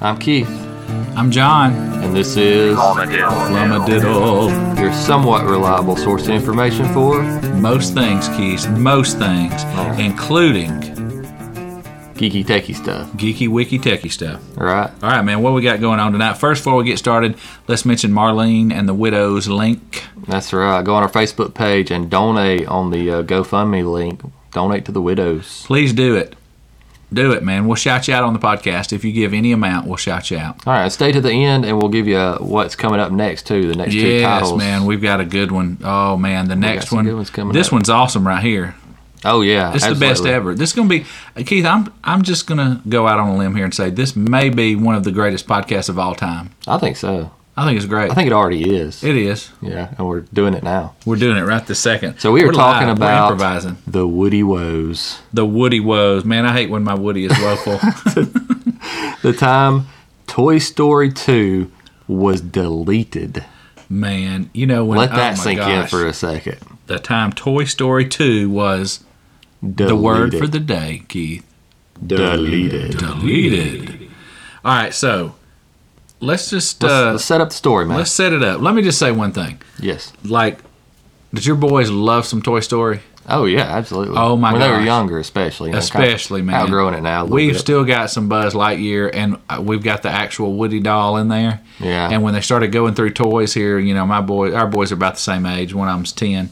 I'm Keith, I'm John. and this is Lama Diddle. your somewhat reliable source of information for Most things, Keith. Most things, Oh. including geeky techie stuff. geeky, wiki, techie stuff. All right. All right, man. What we got going on tonight? First, before we get started, let's mention Marlene and the Widow's link. That's right. Go on our Facebook page and donate on the uh, GoFundMe link. Donate to the widows. Please do it. Do it, man. We'll shout you out on the podcast if you give any amount. We'll shout you out. All right. Stay to the end, and we'll give you uh, what's coming up next too. The next two Yes, titles. man. We've got a good one. Oh man, the next some one. good ones coming this up. one's awesome right here. Oh yeah. This is the best absolutely. ever. This is gonna be Keith. I'm I'm just gonna go out on a limb here and say this may be one of the greatest podcasts of all time. I think so. I think it's great. I think it already is. it is. yeah, and we're doing it now. We're doing it right this second. So we were talking live. about- we're improvising The Woody woes. the Woody woes. Man, I hate when my Woody is woeful. the time Toy Story 2 was deleted. Man, you know when Let oh that my sink in gosh, for a second. the time Toy Story two was Deleted. the word for the day, Keith. deleted. Deleted. All right, so let's just Let's, uh, let's set up the story, man. let's set it up. Let me just say one thing. Yes. like did your boys love some Toy Story? Oh yeah, absolutely. Oh, my When they were gosh. younger, especially. you know, kind of Especially man, outgrowing it now. a little We've bit. still got some Buzz Lightyear, and uh, we've got the actual Woody doll in there. Yeah. And when they started going through toys here, you know, my boy, our boys are about the same age. One of them's ten,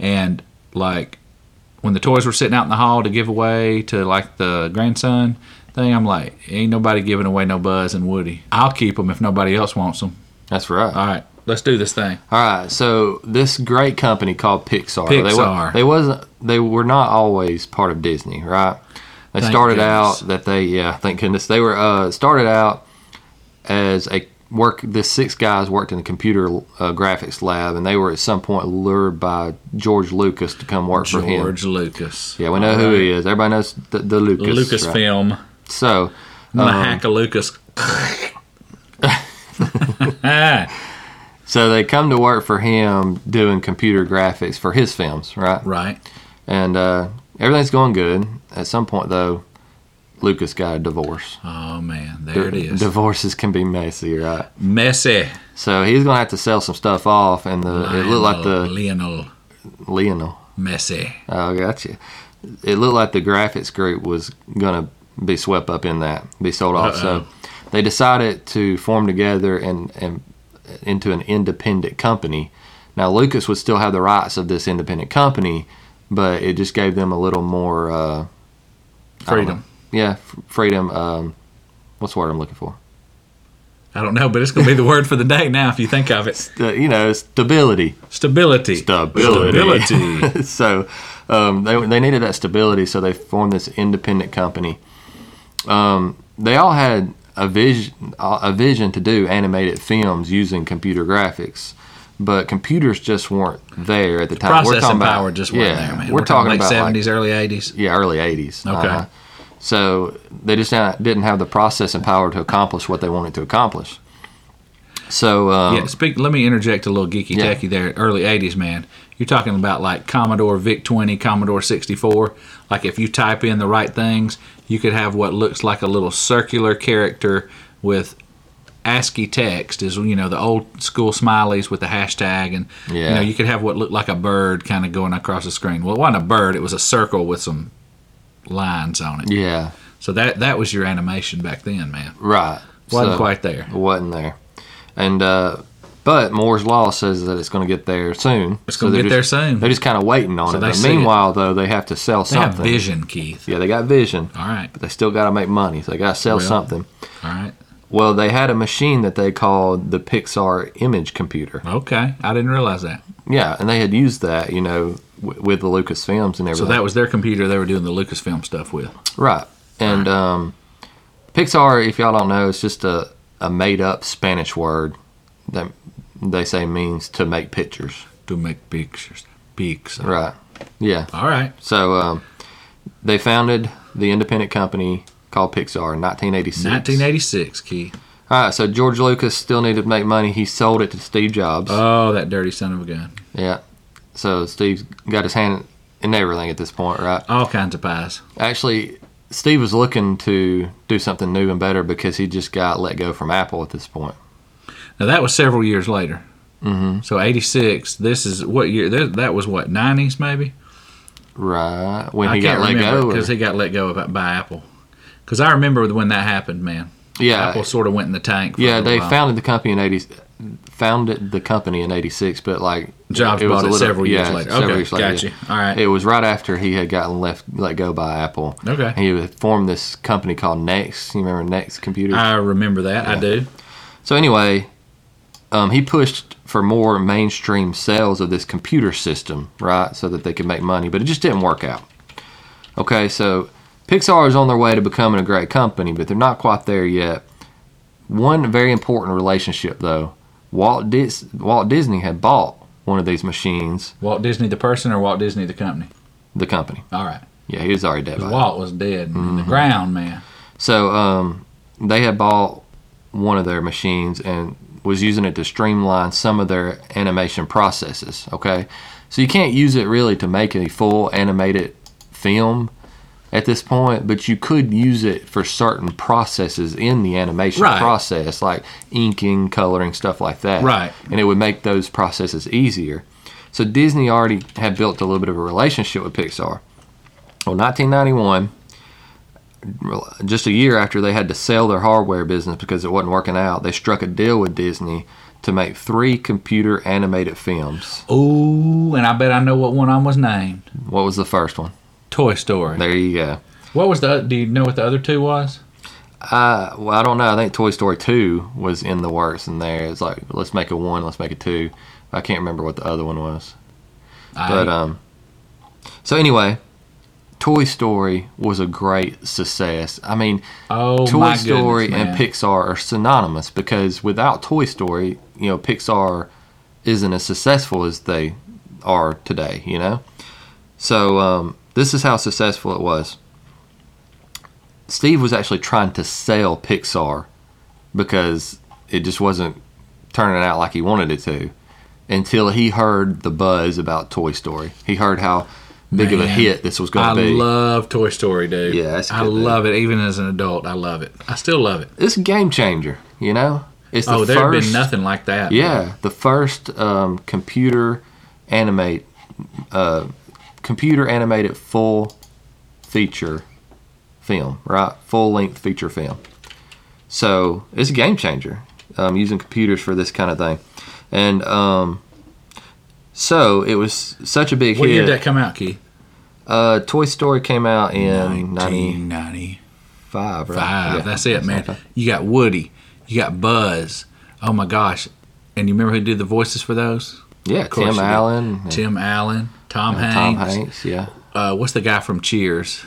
and like when the toys were sitting out in the hall to give away to like the grandson thing, I'm like, ain't nobody giving away no Buzz and Woody. I'll keep them if nobody else wants them. That's right. All right, let's do this thing. All right. So this great company called Pixar. They, wa- Pixar. they wasn't. They were not always part of Disney, right? They Thank started goodness. out that they yeah. Thank goodness they were uh, started out as a work. This six guys worked in the computer uh, graphics lab, and they were at some point lured by George Lucas to come work for him. George Lucas. Yeah, we know who he is. Everybody knows the, the Lucas. right? Lucasfilm. So I'm gonna hack a Lucas. so they come to work for him doing computer graphics for his films, right? right. and uh, everything's going good. At some point, though, Lucas got a divorce. Oh man, there it is. Divorces can be messy, right? Messy. So he's gonna have to sell some stuff off, and the it looked like the Lionel Lionel. Messi. Oh, gotcha. It looked like the graphics group was gonna be swept up in that, be sold off. So they decided to form together and and into an independent company. Now Lucas would still have the rights of this independent company, but it just gave them a little more. Uh, Freedom. yeah, f- freedom. Um, what's the word I'm looking for? I don't know, but it's gonna be the word for the day now if you think of it. Uh, you know, stability. Stability. Stability. Stability. so um, they, they needed that stability, so they formed this independent company. Um, they all had a vision, a vision to do animated films using computer graphics, but computers just weren't there at the time. Processing power just wasn't yeah, there, man. We're, talking, late about like, seventies, early eighties. yeah, early '80s. Okay. So they just not, didn't have the processing power to accomplish what they wanted to accomplish. So um, Yeah, speak. Let me interject a little geeky Yeah. techie there. Early '80s, man. You're talking about like Commodore VIC 20, Commodore 64. Like if you type in the right things, you could have what looks like a little circular character with ASCII text. Is you know the old school smileys with the hashtag, and you Yeah. know you could have what looked like a bird kind of going across the screen. Well, it wasn't a bird. It was a circle with some lines on it. yeah, So that that was your animation back then, man. right. Wasn't So- quite there. wasn't there. And uh, but Moore's law says that it's going to get there soon. It's gonna they're get there just- soon. They're just kind of waiting on it. they But see it. meanwhile, though, they have to sell They have something. vision, Keith. Yeah, they got vision, All right, but they still got to make money. So they got to sell Well. something. all right. Well, they had a machine that they called the Pixar Image Computer. Okay, I didn't realize that. Yeah, and they had used that, you know, w- with the Lucasfilms and everything. So that was their computer they were doing the Lucasfilm stuff with. Right. And um, Pixar, if y'all don't know, it's just a, a made up Spanish word that they say means to make pictures. To make pictures. Peaks. Right. Yeah. All right. So um, they founded the independent company called Pixar in 1986. 1986, Key. All right. So George Lucas still needed to make money. He sold it to Steve Jobs. Oh, that dirty son of a gun. yeah. So Steve's got his hand in everything at this point, right? All kinds of pies. Actually, Steve was looking to do something new and better because he just got let go from Apple at this point. Now that was several years later. Mm-hmm. So '86. This is what year? That that was what '90s maybe. Right when he I got can't let remember go. because or- he got let go by, by Apple. Because I remember when that happened, man. yeah, Apple sort of went in the tank. For yeah. a They while. founded the company in eighty. Founded the company in '86, but like Jobs was bought a it little- several years yeah, later. several Okay, years later, gotcha. yeah. All right. It was right after he had gotten left let go by Apple. Okay. And he had formed this company called Next. You remember Next Computer? I remember that. I do. So anyway, um, he pushed for more mainstream sales of this computer system, right, so that they could make money. But it just didn't work out. Okay, so Pixar is on their way to becoming a great company, but they're not quite there yet. One very important relationship, though, Walt Dis- Walt Disney had bought one of these machines, Walt Disney the person or Walt Disney the company? the company. All right. Yeah, he was already dead. 'Cause by then. Walt was dead and Mm-hmm. in the ground, man. So um, they had bought one of their machines and was using it to streamline some of their animation processes. Okay, so you can't use it really to make a full animated film at this point, but you could use it for certain processes in the animation Right. process, like inking, coloring, stuff like that. Right. and it would make those processes easier. So Disney already had built a little bit of a relationship with Pixar. Well, 1991 just a year after they had to sell their hardware business because it wasn't working out, they struck a deal with Disney to make three computer animated films. Ooh, and I bet I know what one of them was named. What was the first one? Toy Story. There you go. What was the? oth- Do you know what the other two was? Uh, well, I don't know. I think Toy Story 2 was in the works in there. It's like, let's make a one, let's make a two. I can't remember what the other one was. I, But, um, so anyway, Toy Story was a great success. I mean, oh Toy my goodness, Story man. and Pixar are synonymous because without Toy Story, you know, Pixar isn't as successful as they are today, you know? So, um, this is how successful it was. Steve was actually trying to sell Pixar because it just wasn't turning out like he wanted it to until he heard the buzz about Toy Story. He heard how big of a Man, hit this was I going to be. love Toy Story, dude. Yeah, that's a I good movie. love it. Even as an adult, I love it. I still love it. it's a game changer, you know? It's the oh, there's first been nothing like that. Yeah, the first um, computer animate, uh, computer animated full feature film, right? Full length feature film. So it's a game changer um, using computers for this kind of thing, and um, so it was such a big What year hit. did that come out, Keith? uh, Toy Story came out in ninety 1995. five. Right? Yeah, That's it, man. something. You got Woody. You got Buzz. Oh, my gosh. And you remember who did the voices for those? Yeah, course Tim you did. Allen, and Tim Allen, Tom Hanks. Mm-hmm. Tom Hanks. Yeah, Uh, what's the guy from Cheers?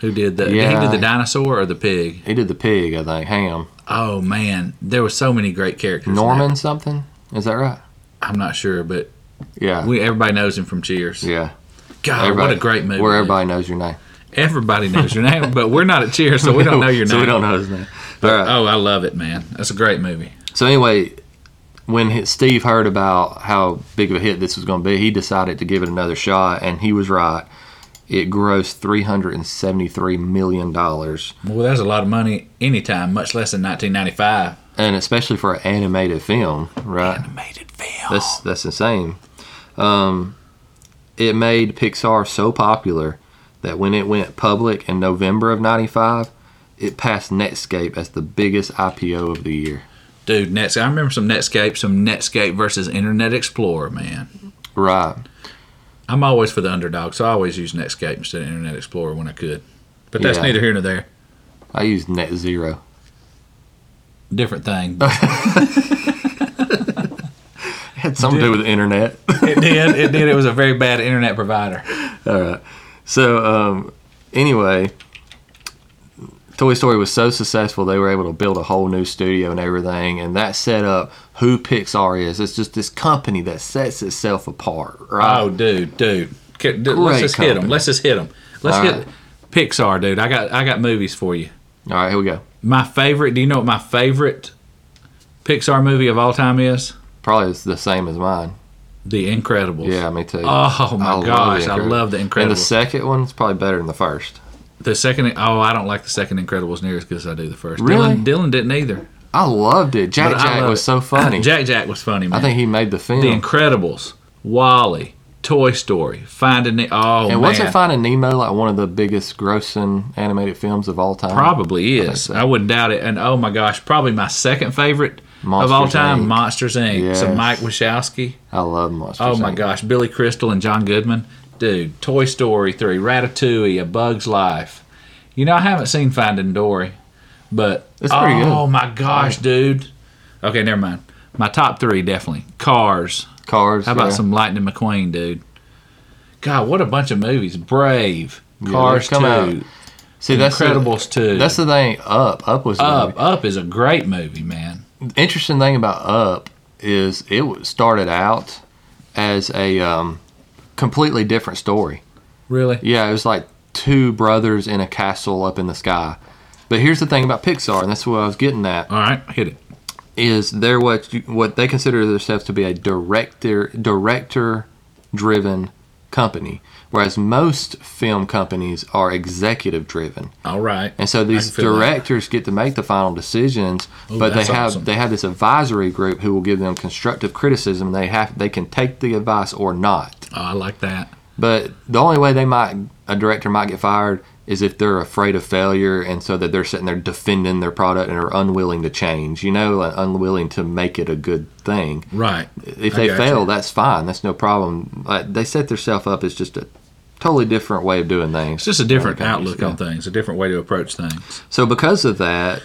Who did the? He Yeah. did the dinosaur or the pig? he did the pig. I think Ham Oh man, there were so many great characters. in that. Norman something. Is that right? I'm not sure, but Yeah. we everybody knows him from Cheers. yeah. God, what a great movie! Where everybody knows your name. Everybody knows your name, but we're not at Cheers, so we don't know your so name. we don't know his name. All right. Oh, I love it, man. That's a great movie. So anyway, when he- Steve heard about how big of a hit this was going to be, he decided to give it another shot, and he was right. It grossed three hundred and seventy-three million dollars, Well, that's a lot of money anytime, much less in 1995. and especially for an animated film, right? Animated film. That's that's insane. Um, it made Pixar so popular that when it went public in November of '95, it passed Netscape as the biggest IPO of the year. Dude, Netscape. I remember some Netscape, some Netscape versus Internet Explorer, man. Right. I'm always for the underdog, so I always use Netscape instead of Internet Explorer when I could. But that's Yeah. neither here nor there. I used Net Zero. Different thing. It had something to do with the internet. it did. It did. It was a very bad internet provider. so, um, anyway, Toy Story was so successful, they were able to build a whole new studio and everything. And that set up who Pixar is. It's just this company that sets itself apart, right? Oh, dude, dude. K- d- Let's Great just hit 'em. hit them. company. Let's just hit them. Let's All get right. Pixar, dude. I got I got movies for you. All right, here we go. My favorite. Do you know what my favorite Pixar movie of all time is? Probably it's the same as mine. The Incredibles. Yeah, me too. Oh my I love gosh, The I love The And the Incredibles. second one's probably better than the first. The second, oh, I don't like the second Incredibles near as good as I do the first. Really? Dylan, Dylan didn't either. I loved it. Jack But I Jack love was it. so funny. Jack Jack was funny, man. I think he made the film. the Incredibles, Wally, Toy Story, Finding Nemo. Oh and man, wasn't Finding Nemo like one of the biggest grossing animated films of all time? probably is. I, wouldn't doubt it. And oh my gosh, probably my second favorite of all Monsters, time, Inc. Monsters Inc. So Yes. Mike Wachowski. I love Monsters. Oh my Inc. gosh, Billy Crystal and John Goodman, dude. Toy Story three, Ratatouille, A Bug's Life. You know, I haven't seen Finding Dory, but It's pretty oh good. my gosh, dude. Okay, never mind. My top three definitely Cars. Cars. How about yeah. some Lightning McQueen, dude? God, what a bunch of movies. Brave, they've Cars come out. two, See, that's the, Incredibles two. that's the thing. Up, Up was Up. Up is a great movie, man. The interesting thing about Up is it w- started out as a um, completely different story. Really? Yeah, it was like two brothers in a castle up in the sky. But here's the thing about Pixar, and that's what I was getting at, All right, hit it. is they're what you, what they consider themselves to be a director director driven company, whereas most film companies are executive driven. All right. Oh, And so I these can feel that. directors get to make the final decisions, Oh, but they that's have awesome. they have this advisory group who will give them constructive criticism. They have they can take the advice or not. Oh, I like that. But the only way they might a director might get fired is if they're afraid of failure, and so that they're sitting there defending their product and are unwilling to change. You know, and unwilling to make it a good thing. Right. If I they got fail, you. that's fine. That's no problem. Like, they set themselves up as just a totally different way of doing things. It's just a different outlook Yeah. on things, a different way to approach things. So because of that,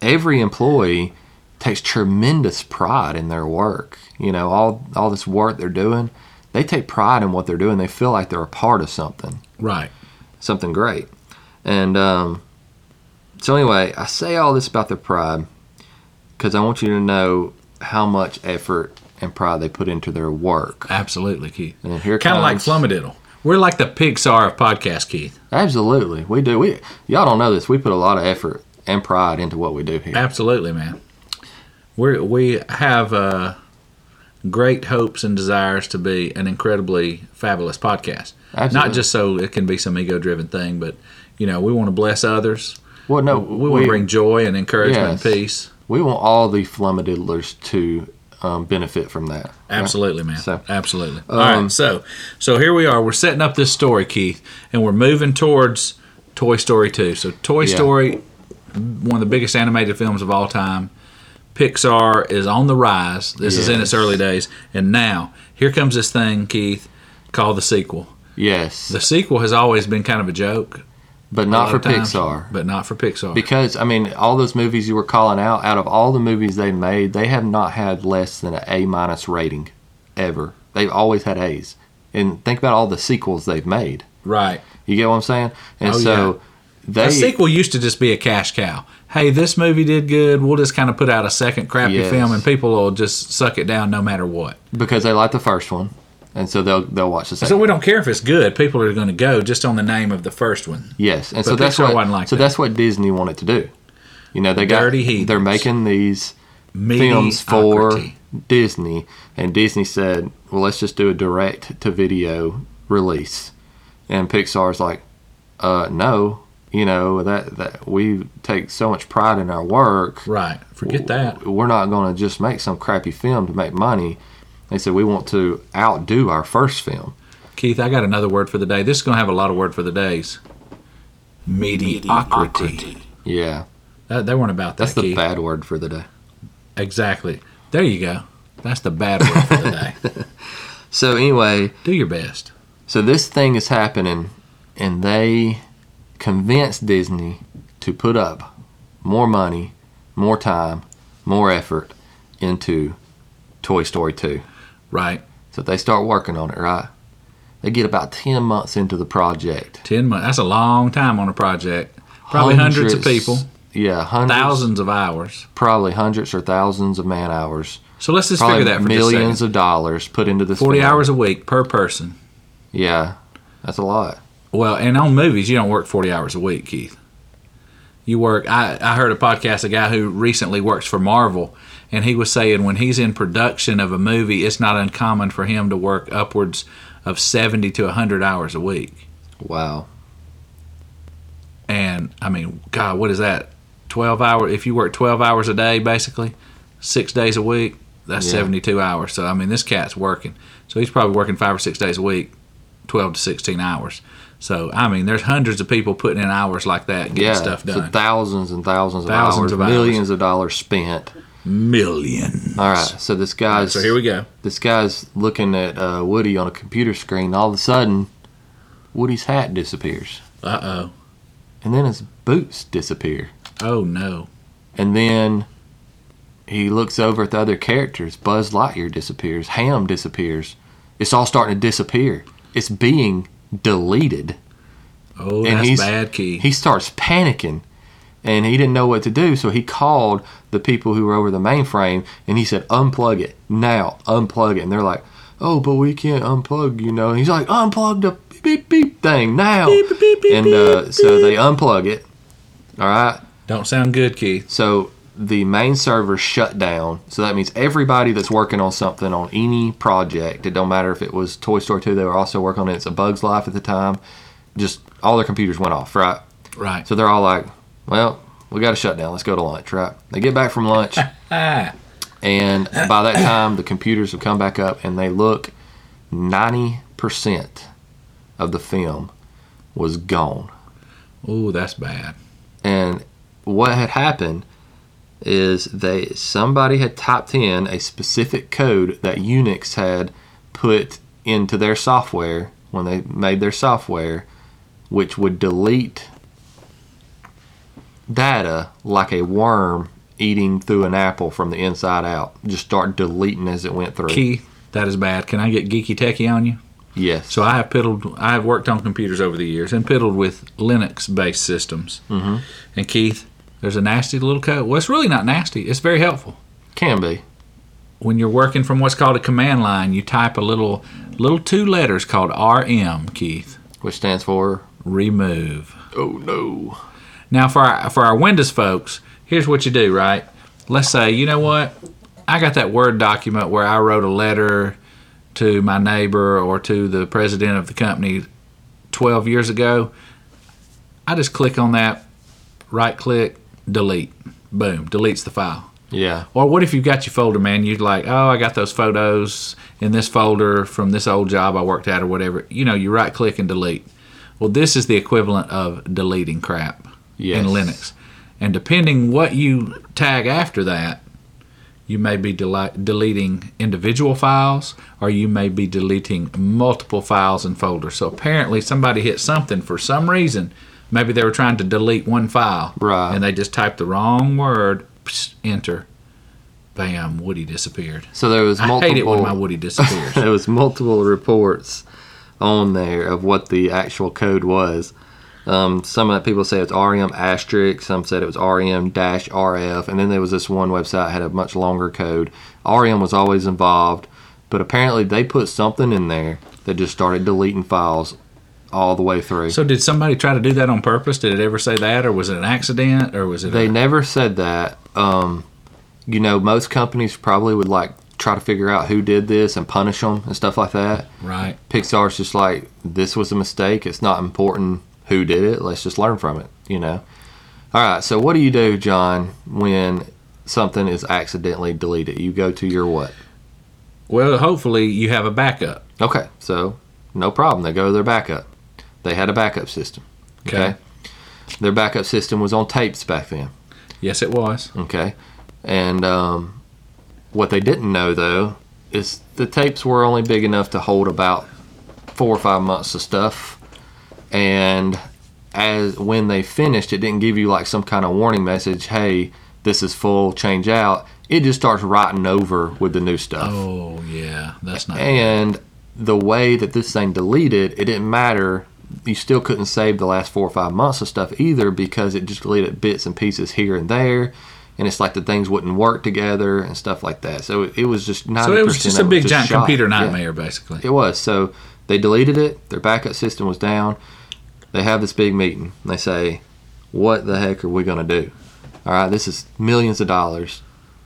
every employee takes tremendous pride in their work. You know, all all this work they're doing, they take pride in what they're doing. They feel like they're a part of something, Right. something great. And um, so anyway, I say all this about their pride because I want you to know how much effort and pride they put into their work. Absolutely, Keith. And here Kind of like comes- Flummadiddle. We're like the Pixar of podcast, Keith. Absolutely, we do. We y'all don't know this. We put a lot of effort and pride into what we do here. Absolutely, man. We we have uh, great hopes and desires to be an incredibly fabulous podcast. Absolutely. Not just so it can be some ego-driven thing, but you know, we want to bless others. Well, no, We want to bring joy and encouragement Yes. and peace. We want all the flummadiddlers to um, benefit from that. Absolutely, man. So- Um, Absolutely. All right. So, so here we are. We're setting up this story, Keith, and we're moving towards Toy Story 2. So, Toy Yeah. Story, one of the biggest animated films of all time. Pixar is on the rise. This is in its Yes. early days, and now here comes this thing, Keith, called the sequel. Yes, The sequel has always been kind of a joke. but a not lot for of times, Pixar. but not for Pixar. Because I mean, all those movies you were calling out, out of all the movies they made, they have not had less than an A minus rating, ever. They've always had A's. And think about all the sequels they've made. right. You get what I'm saying? And Oh, so they a sequel used to just be a cash cow. Hey, this movie did good. We'll just kind of put out a second crappy Yes. film, and people will just suck it down no matter what. because they like the first one, and so they'll they'll watch the second. So we don't care if it's good. People are going to go just on the name of the first one. Yes, and so But that's Pixar what wasn't like so that. that's what Disney wanted to do. You know, they got Dirty heathens. they're making these films for Mediocrity. Disney, and Disney said, "Well, let's just do a direct to video release." And Pixar's like, "Uh, no, you know that that we take so much pride in our work. Right. Forget that. We're not going to just make some crappy film to make money." They said, "We want to outdo our first film." Keith, I got another word for the day. This is going to have a lot of word for the days. Mediocrity. Yeah, That, they weren't about that, that's the Keith. bad word for the day. exactly. There you go. That's the bad word for the day. So anyway. Do your best. So this thing is happening, and they convinced Disney to put up more money, more time, more effort into Toy Story 2. Right. So they start working on it, right? They get about 10 months into the project. Ten months. That's a long time on a project. Probably hundreds of people. Yeah, hundreds. thousands of hours. Probably hundreds or thousands of man hours. So let's just Probably figure that for millions just a second. of dollars put into this Forty film. hours a week per person. Yeah, that's a lot. Well, and on movies, you don't work forty hours a week, Keith. You work. I, I heard a podcast, a guy who recently works for Marvel, and he was saying when he's in production of a movie, it's not uncommon for him to work upwards of seventy to hundred hours a week. Wow. And I mean, God, what is that? Twelve hour. If you work twelve hours a day, basically, six days a week, that's Yeah. seventy-two hours. So I mean, this cat's working. So he's probably working five or six days a week, twelve to sixteen hours. So I mean, there's hundreds of people putting in hours like that, and getting Yeah, stuff so done. thousands and thousands of Thousands hours, of hours. millions of dollars spent. Million. All right, so this guy's So here we go. this guy's looking at uh, Woody on a computer screen. All of a sudden, Woody's hat disappears, Uh oh. and then his boots disappear, Oh no. and then he looks over at the other characters. Buzz Lightyear disappears. Ham disappears. It's all starting to disappear. It's being deleted. Oh, And that's he's- bad key. He starts panicking, and he didn't know what to do. So he called the people who were over the mainframe, and he said, "Unplug it now! Unplug it!" And they're like, "Oh, but we can't unplug," you know. And he's like, "Unplug the beep beep, beep thing now!" Beep, beep, beep, beep, and uh, beep, so they unplug it. All right. Don't sound good, Keith. So the main server shut down. So that means everybody that's working on something on any project, it don't matter if it was Toy Story 2, they were also working on it. It's a Bug's Life at the time. Just all their computers went off, right? Right. So they're all like, well, we got to shut down. Let's go to lunch, right? They get back from lunch, ah. and by that time, the computers have come back up, and they look 90% of the film was gone. Oh, that's bad. And what had happened is they somebody had typed in a specific code that Unix had put into their software when they made their software, which would delete data like a worm eating through an apple from the inside out. Just start deleting as it went through. Keith, that is bad. Can I get geeky techie on you? Yes. So I have piddled. I have worked on computers over the years and piddled with Linux-based systems. Mm-hmm. And Keith, there's a nasty little code. Well, it's really not nasty. It's very helpful. can be. When you're working from what's called a command line, you type a little little two letters called RM, Keith. Which stands for Remove. Oh no. Now for our, for our Windows folks, here's what you do, right? Let's say, you know what? I got that Word document where I wrote a letter to my neighbor or to the president of the company 12 years ago. I just click on that, right click, delete. Boom, deletes the file. Yeah. Or what if you've got your folder, man? You're like, oh, I got those photos in this folder from this old job I worked at or whatever. You know, you right click and delete. Well, this is the equivalent of deleting crap Yes. in Linux. And depending what you tag after that, you may be deli- deleting individual files or you may be deleting multiple files and folders. So apparently somebody hit something for some reason. Maybe they were trying to delete one file. Right. And they just typed the wrong word, psh, enter. Bam, Woody disappeared. So there was multiple I hate it when my Woody disappears. there was multiple reports on there of what the actual code was. Um, some of the people say it's RM asterisk, some said it was RM dash RF, and then there was this one website that had a much longer code. RM was always involved, but apparently they put something in there that just started deleting files all the way through. so did somebody try to do that on purpose? Did it ever say that or was it an accident or was it They a, never said that. Um, you know, most companies probably would like try to figure out who did this and punish them and stuff like that. right? Pixar's just like, this was a mistake. It's not important who did it. Let's just learn from it, you know? All right. So, what do you do, John, when something is accidentally deleted? You go to your what? Well, hopefully you have a backup. Okay. So, no problem. They go to their backup. They had a backup system. Okay. Their backup system was on tapes back then. Yes, it was. Okay. And um, what they didn't know, though, is the tapes were only big enough to hold about four or five months of stuff. And as when they finished, it didn't give you like some kind of warning message hey, this is full, change out. It just starts writing over with the new stuff. Oh yeah, that's not. And the way that this thing deleted, it didn't matter. You still couldn't save the last four or five months of stuff either because it just deleted bits and pieces here and there. And it's like the things wouldn't work together and stuff like that. So it, it was just not. so it was just a big giant computer nightmare, basically. It was. So they deleted it. Their backup system was down. They have this big meeting. They say, "What the heck are we going to do? All right, this is millions of dollars.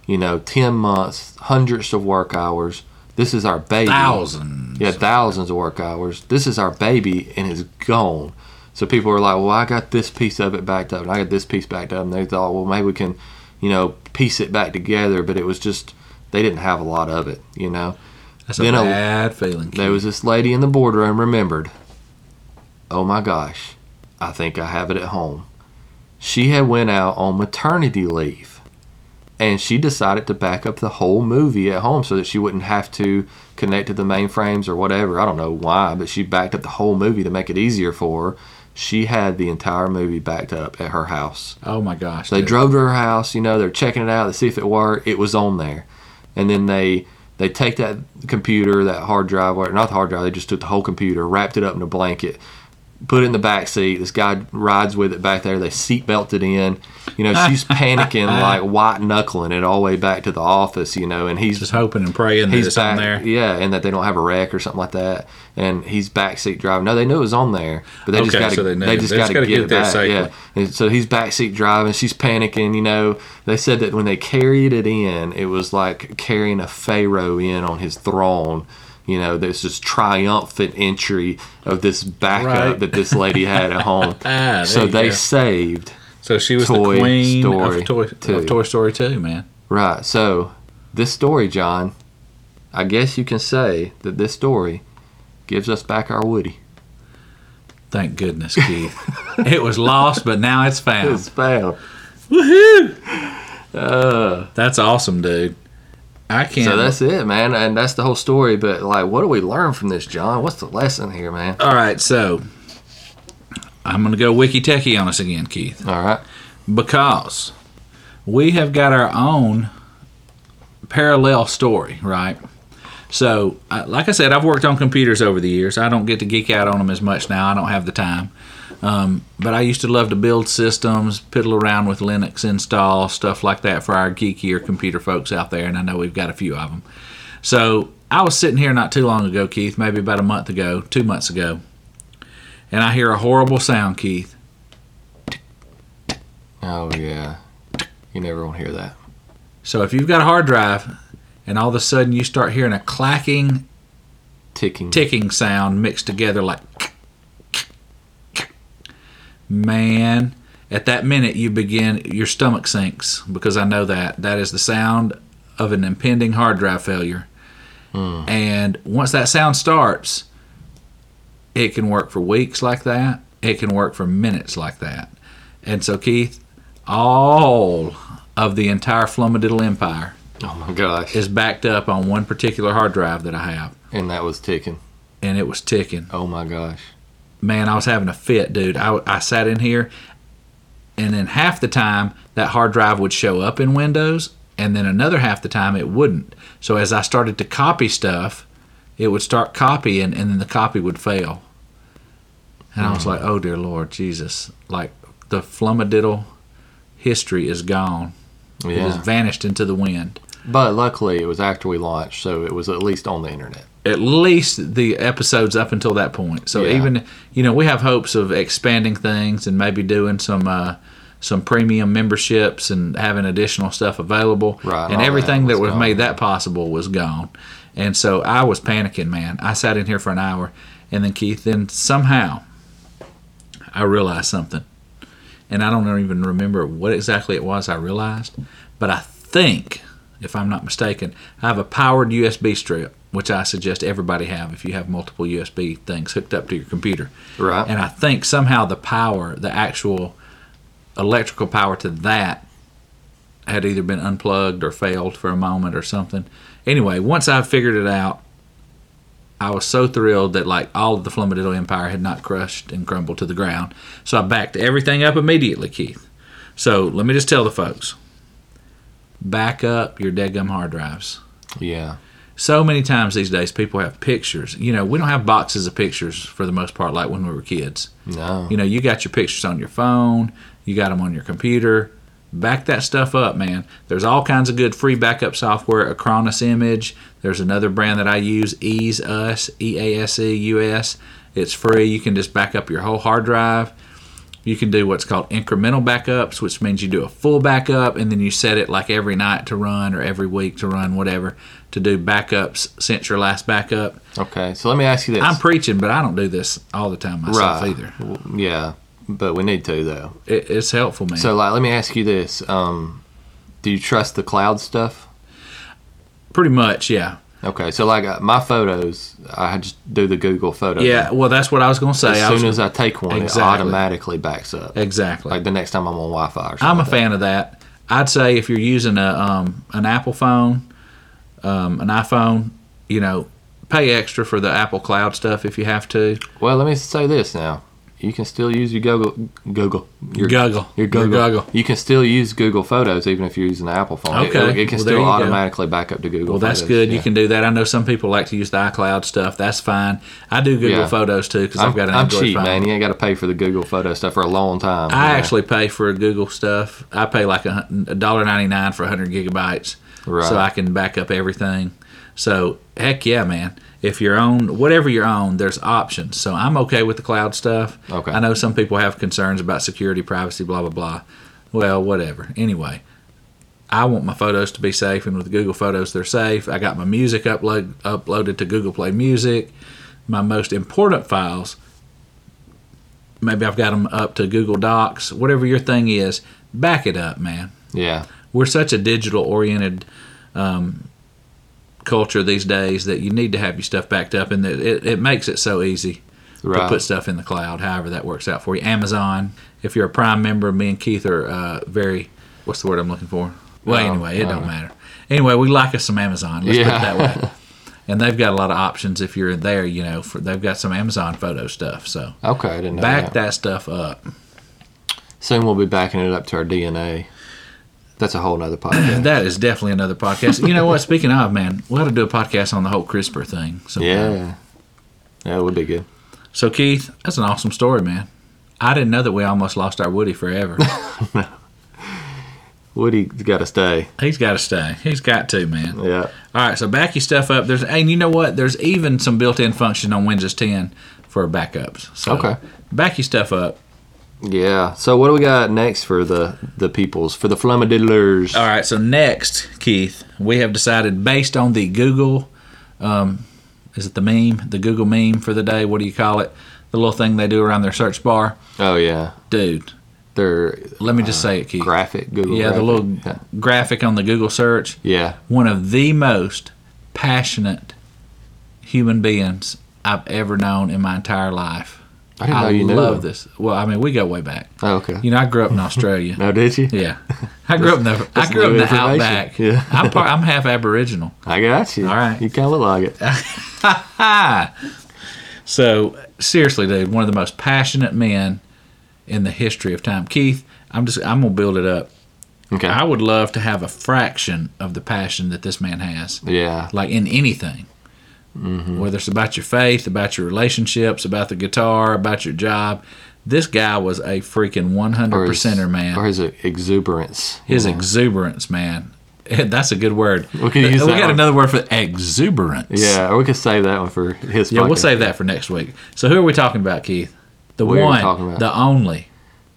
You know, ten months, hundreds of work hours. This is our baby. Thousands. Yeah, thousands of work hours. This is our baby, and it's gone. So people were like, "Well, I got this piece of it backed up, and I got this piece backed up," and they thought, "Well, maybe we can, you know, piece it back together." But it was just they didn't have a lot of it, you know. That's Then a a- bad feeling. There was this lady in the boardroom remembered, oh my gosh, I think I have it at home. She had went out on maternity leave and she decided to back up the whole movie at home so that she wouldn't have to connect to the mainframes or whatever. I don't know why, but she backed up the whole movie to make it easier for her. She had the entire movie backed up at her house. Oh my gosh. So they dude. drove to her house, you know, they're checking it out to see if it worked. It was on there. And then they they take that computer, that hard drive, or not the hard drive, they just took the whole computer, wrapped it up in a blanket, put it in the back seat. This guy rides with it back there. They seat belted in. You know, she's panicking, like white knuckling it all the way back to the office, you know, and he's just hoping and praying that it's on back, there. Yeah, and that they don't have a wreck or something like that. And he's backseat driving. No, they knew it was on there, but they just Okay, got to so they knew. they just got to get, it there back. safely. Yeah, and so he's backseat driving. She's panicking. You know, they said that when they carried it in, it was like carrying a pharaoh in on his throne. You know, there's this triumphant entry of this backup Right. that this lady had at home. Ah, so there they you go. saved So she was Toy the queen Story of, Toy, two. of Toy Story 2, man. Right. So, this story, John, I guess you can say that this story gives us back our Woody. Thank goodness, Keith. it was lost, but now it's found. It's found. Woohoo! that's awesome, dude. I can't. Uh. So that's it, man, and that's the whole story. But like, what do we learn from this, John? What's the lesson here, man? All right, so I'm going to go wiki techie on us again, Keith, All right. because we have got our own parallel story, right? So, I, like I said, I've worked on computers over the years. I don't get to geek out on them as much now. I don't have the time. Um, but I used to love to build systems, piddle around with Linux install, stuff like that for our geekier computer folks out there. And I know we've got a few of them. So I was sitting here not too long ago, Keith, maybe about a month ago, two months ago, and I hear a horrible sound, Keith. Oh yeah. You never want to hear that. So if you've got a hard drive and all of a sudden you start hearing a clacking, Ticking. ticking sound mixed together like man, at that minute you begin your stomach sinks because I know that that is the sound of an impending hard drive failure. And once that sound starts, it can work for weeks like that. It can work for minutes like that. And so, Keith, all of the entire Flummadiddle Empire Oh my gosh. is backed up on one particular hard drive that I have, And that was ticking. and it was ticking. Oh my gosh. Man, I was having a fit, dude. I, I sat in here, and then half the time that hard drive would show up in Windows, and then another half the time it wouldn't. So as I started to copy stuff, it would start copying, and then the copy would fail. And I was like, oh dear Lord, Jesus. Like the flummadiddle history is gone. It has Yeah. vanished into the wind. But luckily, it was after we launched, so it was at least on the internet. at least the episodes up until that point. So Yeah. even you know we have hopes of expanding things and maybe doing some uh, some premium memberships and having additional stuff available. Right, all And that everything that, was was gone. made that possible was gone. And so I was panicking, man. I sat in here for an hour, and then Keith, then somehow I realized something, and I don't even remember what exactly it was I realized, but I think if I'm not mistaken, I have a powered USB strip, which I suggest everybody have if you have multiple USB things hooked up to your computer. Right. And I think somehow the power, the actual electrical power to that, had either been unplugged or failed for a moment or something. Anyway, once I figured it out, I was so thrilled that like all of the Flummadiddle Empire had not crushed and crumbled to the ground. So I backed everything up immediately, Keith. So let me just tell the folks back up your deadgum hard drives. Yeah. So many times these days, people have pictures. You know, we don't have boxes of pictures for the most part, like when we were kids. No. You know, you got your pictures on your phone, you got them on your computer. Back that stuff up, man. There's all kinds of good free backup software. Acronis Image. There's another brand that I use, Ease Us, E A S E U S. It's free. You can just back up your whole hard drive. You can do what's called incremental backups, which means you do a full backup and then you set it like every night to run or every week to run, whatever, to do backups since your last backup. Okay, so let me ask you this. I'm preaching, but I don't do this all the time myself either. W- Yeah, but we need to though. It, it's helpful, man. So like, let me ask you this: um, Do you trust the cloud stuff? Pretty much, yeah. Okay, so like uh, my photos, I just do the Google photo. Yeah, well, that's what I was going to say. As I soon as was, I take one, Exactly. it automatically backs up. exactly. Like the next time I'm on Wi-Fi or something. I'm a like that. fan of that. I'd say if you're using a um, an Apple phone, um, an iPhone, you know, pay extra for the Apple Cloud stuff if you have to. Well, let me say this now: You can still use your Google, Google, your Guggle. Your Your Google. Google. You can still use Google Photos even if you're using an Apple phone. It- Okay. It, can Well, there still you go. automatically back up to Google. Well, that's Photos, good. yeah. You can do that. I know some people like to use the iCloud stuff. That's fine. I do Google Yeah. Photos too because I'm, I've got an I'm Android cheap, phone. man. You ain't got to pay for the Google photo stuff for a long time. I you know. actually pay for Google stuff. I pay like a hun- a dollar ninety nine for hundred gigabytes, Right. so I can back up everything. So heck yeah, man! If you're on whatever you're on, there's options. So I'm okay with the cloud stuff. Okay. I know some people have concerns about security, privacy, blah blah blah. Well, whatever. Anyway, I want my photos to be safe, and with Google Photos, they're safe. I got my music upload uploaded to Google Play Music. My most important files maybe I've got them up to Google Docs, whatever your thing is, back it up, man. yeah. We're such a digital oriented um, culture these days that you need to have your stuff backed up, and that it, it makes it so easy to Right. put stuff in the cloud, however that works out for you. Amazon, if you're a Prime member, me and Keith are uh, very, what's the word I'm looking for? Well, Um, anyway, it don't matter. Anyway, we like us some Amazon. Let's put Yeah. it that way. And they've got a lot of options if you're there, you know, for, they've got some Amazon photo stuff. So Okay, I didn't know back that. that stuff up. Soon we'll be backing it up to our DNA. That's a whole nother podcast. That is definitely another podcast. You know what? Speaking of, man, we ought to do a podcast on the whole CRISPR thing. sometime. yeah. Yeah, it would be good. So, Keith, that's an awesome story, man. I didn't know that we almost lost our Woody forever. Woody's got to stay. He's got to stay. He's got to, man. All Yeah. right, so back your stuff up. There's and you know what? There's even some built-in function on Windows 10 for backups. So Okay. back your stuff up. Yeah. So what do we got next for the the peoples for the flummadiddlers? All right, so next, Keith, we have decided based on the Google, um, is it the meme? The Google meme for the day? What do you call it? The little thing they do around their search bar. Oh yeah, dude. they're Let me just say it, Keith. Uh, graphic Google. yeah, the graphic. little Yeah. graphic on the Google search. Yeah. One of the most passionate human beings I've ever known in my entire life. I didn't know you knew love him. this. Well, I mean, we go way back. Oh, okay. You know, I grew up in Australia. no, did you? Yeah, I grew up in the I that's grew up in new the information. outback. Yeah. I'm part, I'm half Aboriginal. I got you. All right. You kind of look like it. Ah, so seriously, dude, one of the most passionate men in the history of time. Keith, I'm just I'm gonna build it up. Okay. I would love to have a fraction of the passion that this man has, yeah. Mm-hmm. like in anything, whether it's about your faith, about your relationships, about the guitar, about your job. This guy was a freaking 100 percenter, man. Or his exuberance. his you know? exuberance, man. That's a good word. We could use that got one. another word for exuberance. yeah, or we could save that one for his. Yeah, we'll podcast. save that for next week. So who are we talking about, Keith? The We are one, talking about- the only,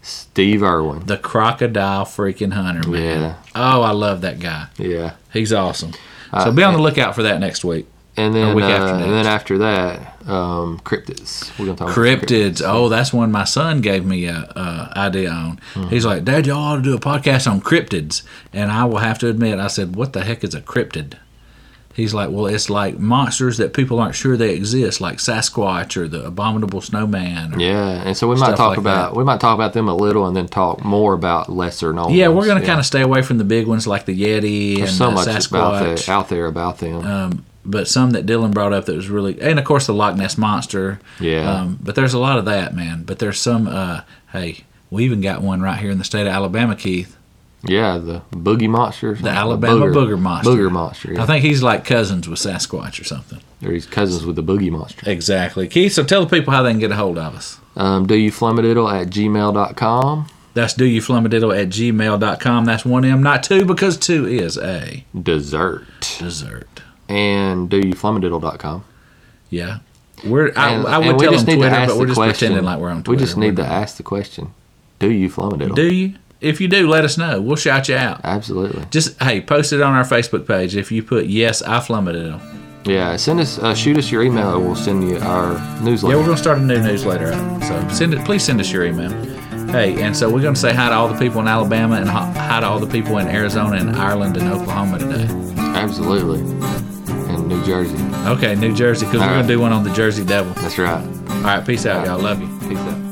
Steve Irwin. the crocodile freaking hunter, man. Yeah. Oh, I love that guy. Yeah. He's awesome. Uh, So be on the lookout for that next week. And then, week uh, after and then after that, um, cryptids. We're gonna talk about Cryptids. Oh, that's one my son gave me a, a idea on. Hmm. He's like, Dad, y'all ought to do a podcast on cryptids. And I will have to admit, I said, What the heck is a cryptid? He's like, Well, it's like monsters that people aren't sure they exist, like Sasquatch or the abominable snowman. Or, Yeah, and so we might Stuff talk like about we might talk about them a little, and then talk more about lesser known. yeah, we're ones. going to kind of stay away from the big ones like the Yeti and There's so the much about Sasquatch. the, out there about them. Uh, but some that Dylan brought up that was really, and of course the Loch Ness monster. Yeah. Um, but there's a lot of that, man. But there's some. Uh, hey, we even got one right here in the state of Alabama, Keith. yeah, the boogie monster. or something. Alabama booger monster. Booger monster. Yeah. I think he's like cousins with Sasquatch or something. or he's cousins with the boogie monster. Exactly, Keith. So tell the people how they can get a hold of us. Um, do you flummadiddle at gmail.com? That's do you flummadiddle at gmail.com. That's one M, not two, because two is a Dessert. dessert. And do you flummadiddle.com? Yeah. We're, I, And, I and would we tell just them need to Twitter, ask but we're the just question. pretending like we're on Twitter. We just We're need to not. ask the question. Do you Flumadiddle? Do you? If you do, let us know. We'll shout you out. Absolutely. Just hey, post it on our Facebook page. If you put yes, I flumadiddle. Yeah, send us, uh, shoot us your email, and we'll send you our Yeah, newsletter. we're going to start a new newsletter up. So send it. Please send us your email. Hey, and so we're going to say hi to all the people in Alabama and hi hi to all the people in Arizona and Ireland and Oklahoma today. Absolutely. In New Jersey. Okay, New Jersey, because we're All right. going to do one on the Jersey Devil. That's right. All right, peace out, y'all. Love you. Peace out.